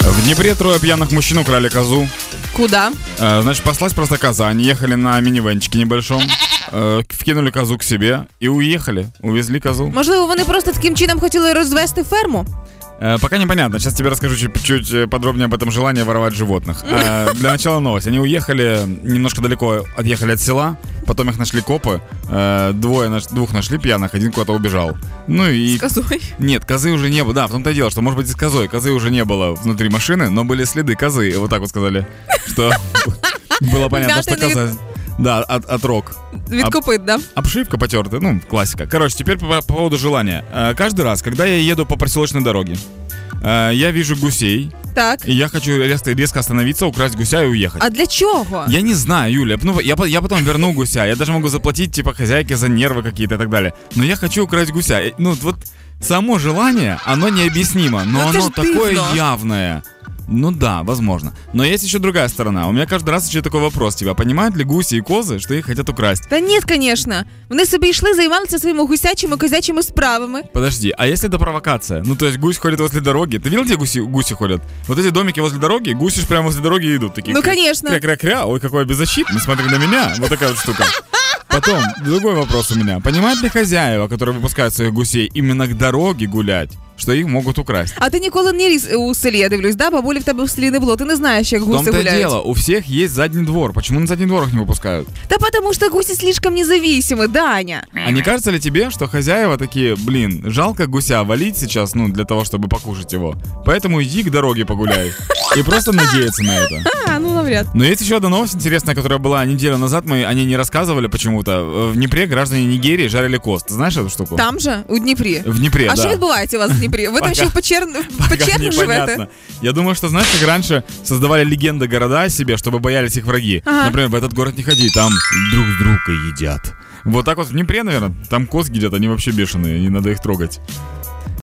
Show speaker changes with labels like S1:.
S1: В Днепре трое пьяных мужчин украли козу.
S2: Куда?
S1: Э, Значит, послась просто коза. Они ехали на минивенчике небольшом, э, вкинули козу к себе і уїхали. Увезли козу.
S2: Можливо, вони просто таким чином хотіли розвести ферму?
S1: Э, Пока непонятно. Сейчас тебе расскажу чуть, чуть э, подробнее об этом желании воровать животных. Э, Для начала новость. Они уехали немножко далеко, отъехали от села. Потом их нашли копы. Э, Двое наш- двух нашли пьяных, один куда-то убежал. Ну и
S2: Козой.
S1: Нет, козы уже не было. Да, в том-то и дело, что, может быть, и с козой. Козы уже не было внутри машины, но были следы козы. И Вот так вот сказали, что было понятно, что
S2: Мятый
S1: коза. Да, от, от рог.
S2: Від
S1: Ап-
S2: копит, да?
S1: Обшивка потертая, ну, классика. Короче, теперь по, по поводу желания. Э, Каждый раз, когда я еду по проселочной дороге, э, я вижу гусей,
S2: Так.
S1: и я хочу резко, резко остановиться, украсть гуся и уехать.
S2: А для чого?
S1: Я не знаю, Юля. Ну, я, по- я потом верну гуся. Я даже могу заплатить, типа, хозяйке за нервы какие-то и так далее. Но я хочу украсть гуся. Э, Ну, вот само желание, оно необъяснимо, но
S2: Ну, это
S1: оно
S2: ж
S1: такое
S2: дивно.
S1: явное. Ну да, возможно. Но есть еще другая сторона. У меня каждый раз еще такой вопрос, типа, понимают ли гуси и козы, что их хотят украсть?
S2: Та ні, звісно. Вони собі йшли, займалися своїми гусячими козячими справами.
S1: Подожди, а если это провокация? Ну, то есть гусь ходит возле дороги. Ты видел, где гуси, гуси ходят? Вот эти домики возле дороги, гуси ж прямо возле дороги и идут. Такие
S2: Ну,
S1: кря-
S2: конечно.
S1: Кря-кря-кря, ой, какой я беззащитный, смотри на меня. Вот такая вот штука. Потом, другой вопрос у меня. Понимают ли хозяева, которые выпускают своих гусей именно к дороге гулять, что их могут украсть?
S2: А ти ніколи не ріс у селі, я дивлюсь, да? Бабулі в тебе в селі не було. Ти не знаєш, як
S1: В
S2: гуси
S1: том-то и
S2: гуляють.
S1: дело, у всех есть задний двор. Почему на задний двор их не выпускают?
S2: Та потому що гусі слишком независимы, Даня.
S1: А не кажется ли тебе, что хозяева такие, блин, жалко гуся валить сейчас, ну, для того, чтобы покушать его? Поэтому иди к дороге погуляй. И просто надеяться на это.
S2: А, ну навряд.
S1: Но есть еще одна новость интересная, которая была неделю назад. Мы о ней не рассказывали почему-то. В Днепре граждане Нигерии жарили кост. Ты знаешь эту штуку?
S2: Там же, у Дніпрі.
S1: В Днепре,
S2: А
S1: Е, да.
S2: що відбувається у вас в Дніпрі? Ви
S1: Пока-
S2: там ще в печер... в
S1: Пока
S2: печерні живете?
S1: непонятно. Я думаю, что знаешь, как раньше создавали легенды города о себе, чтобы боялись их враги.
S2: Ага.
S1: Например, в этот город не ходи, там друг друга едят. Вот так вот в Днепре, наверное, там коз едят, они вообще бешеные, не надо их трогать.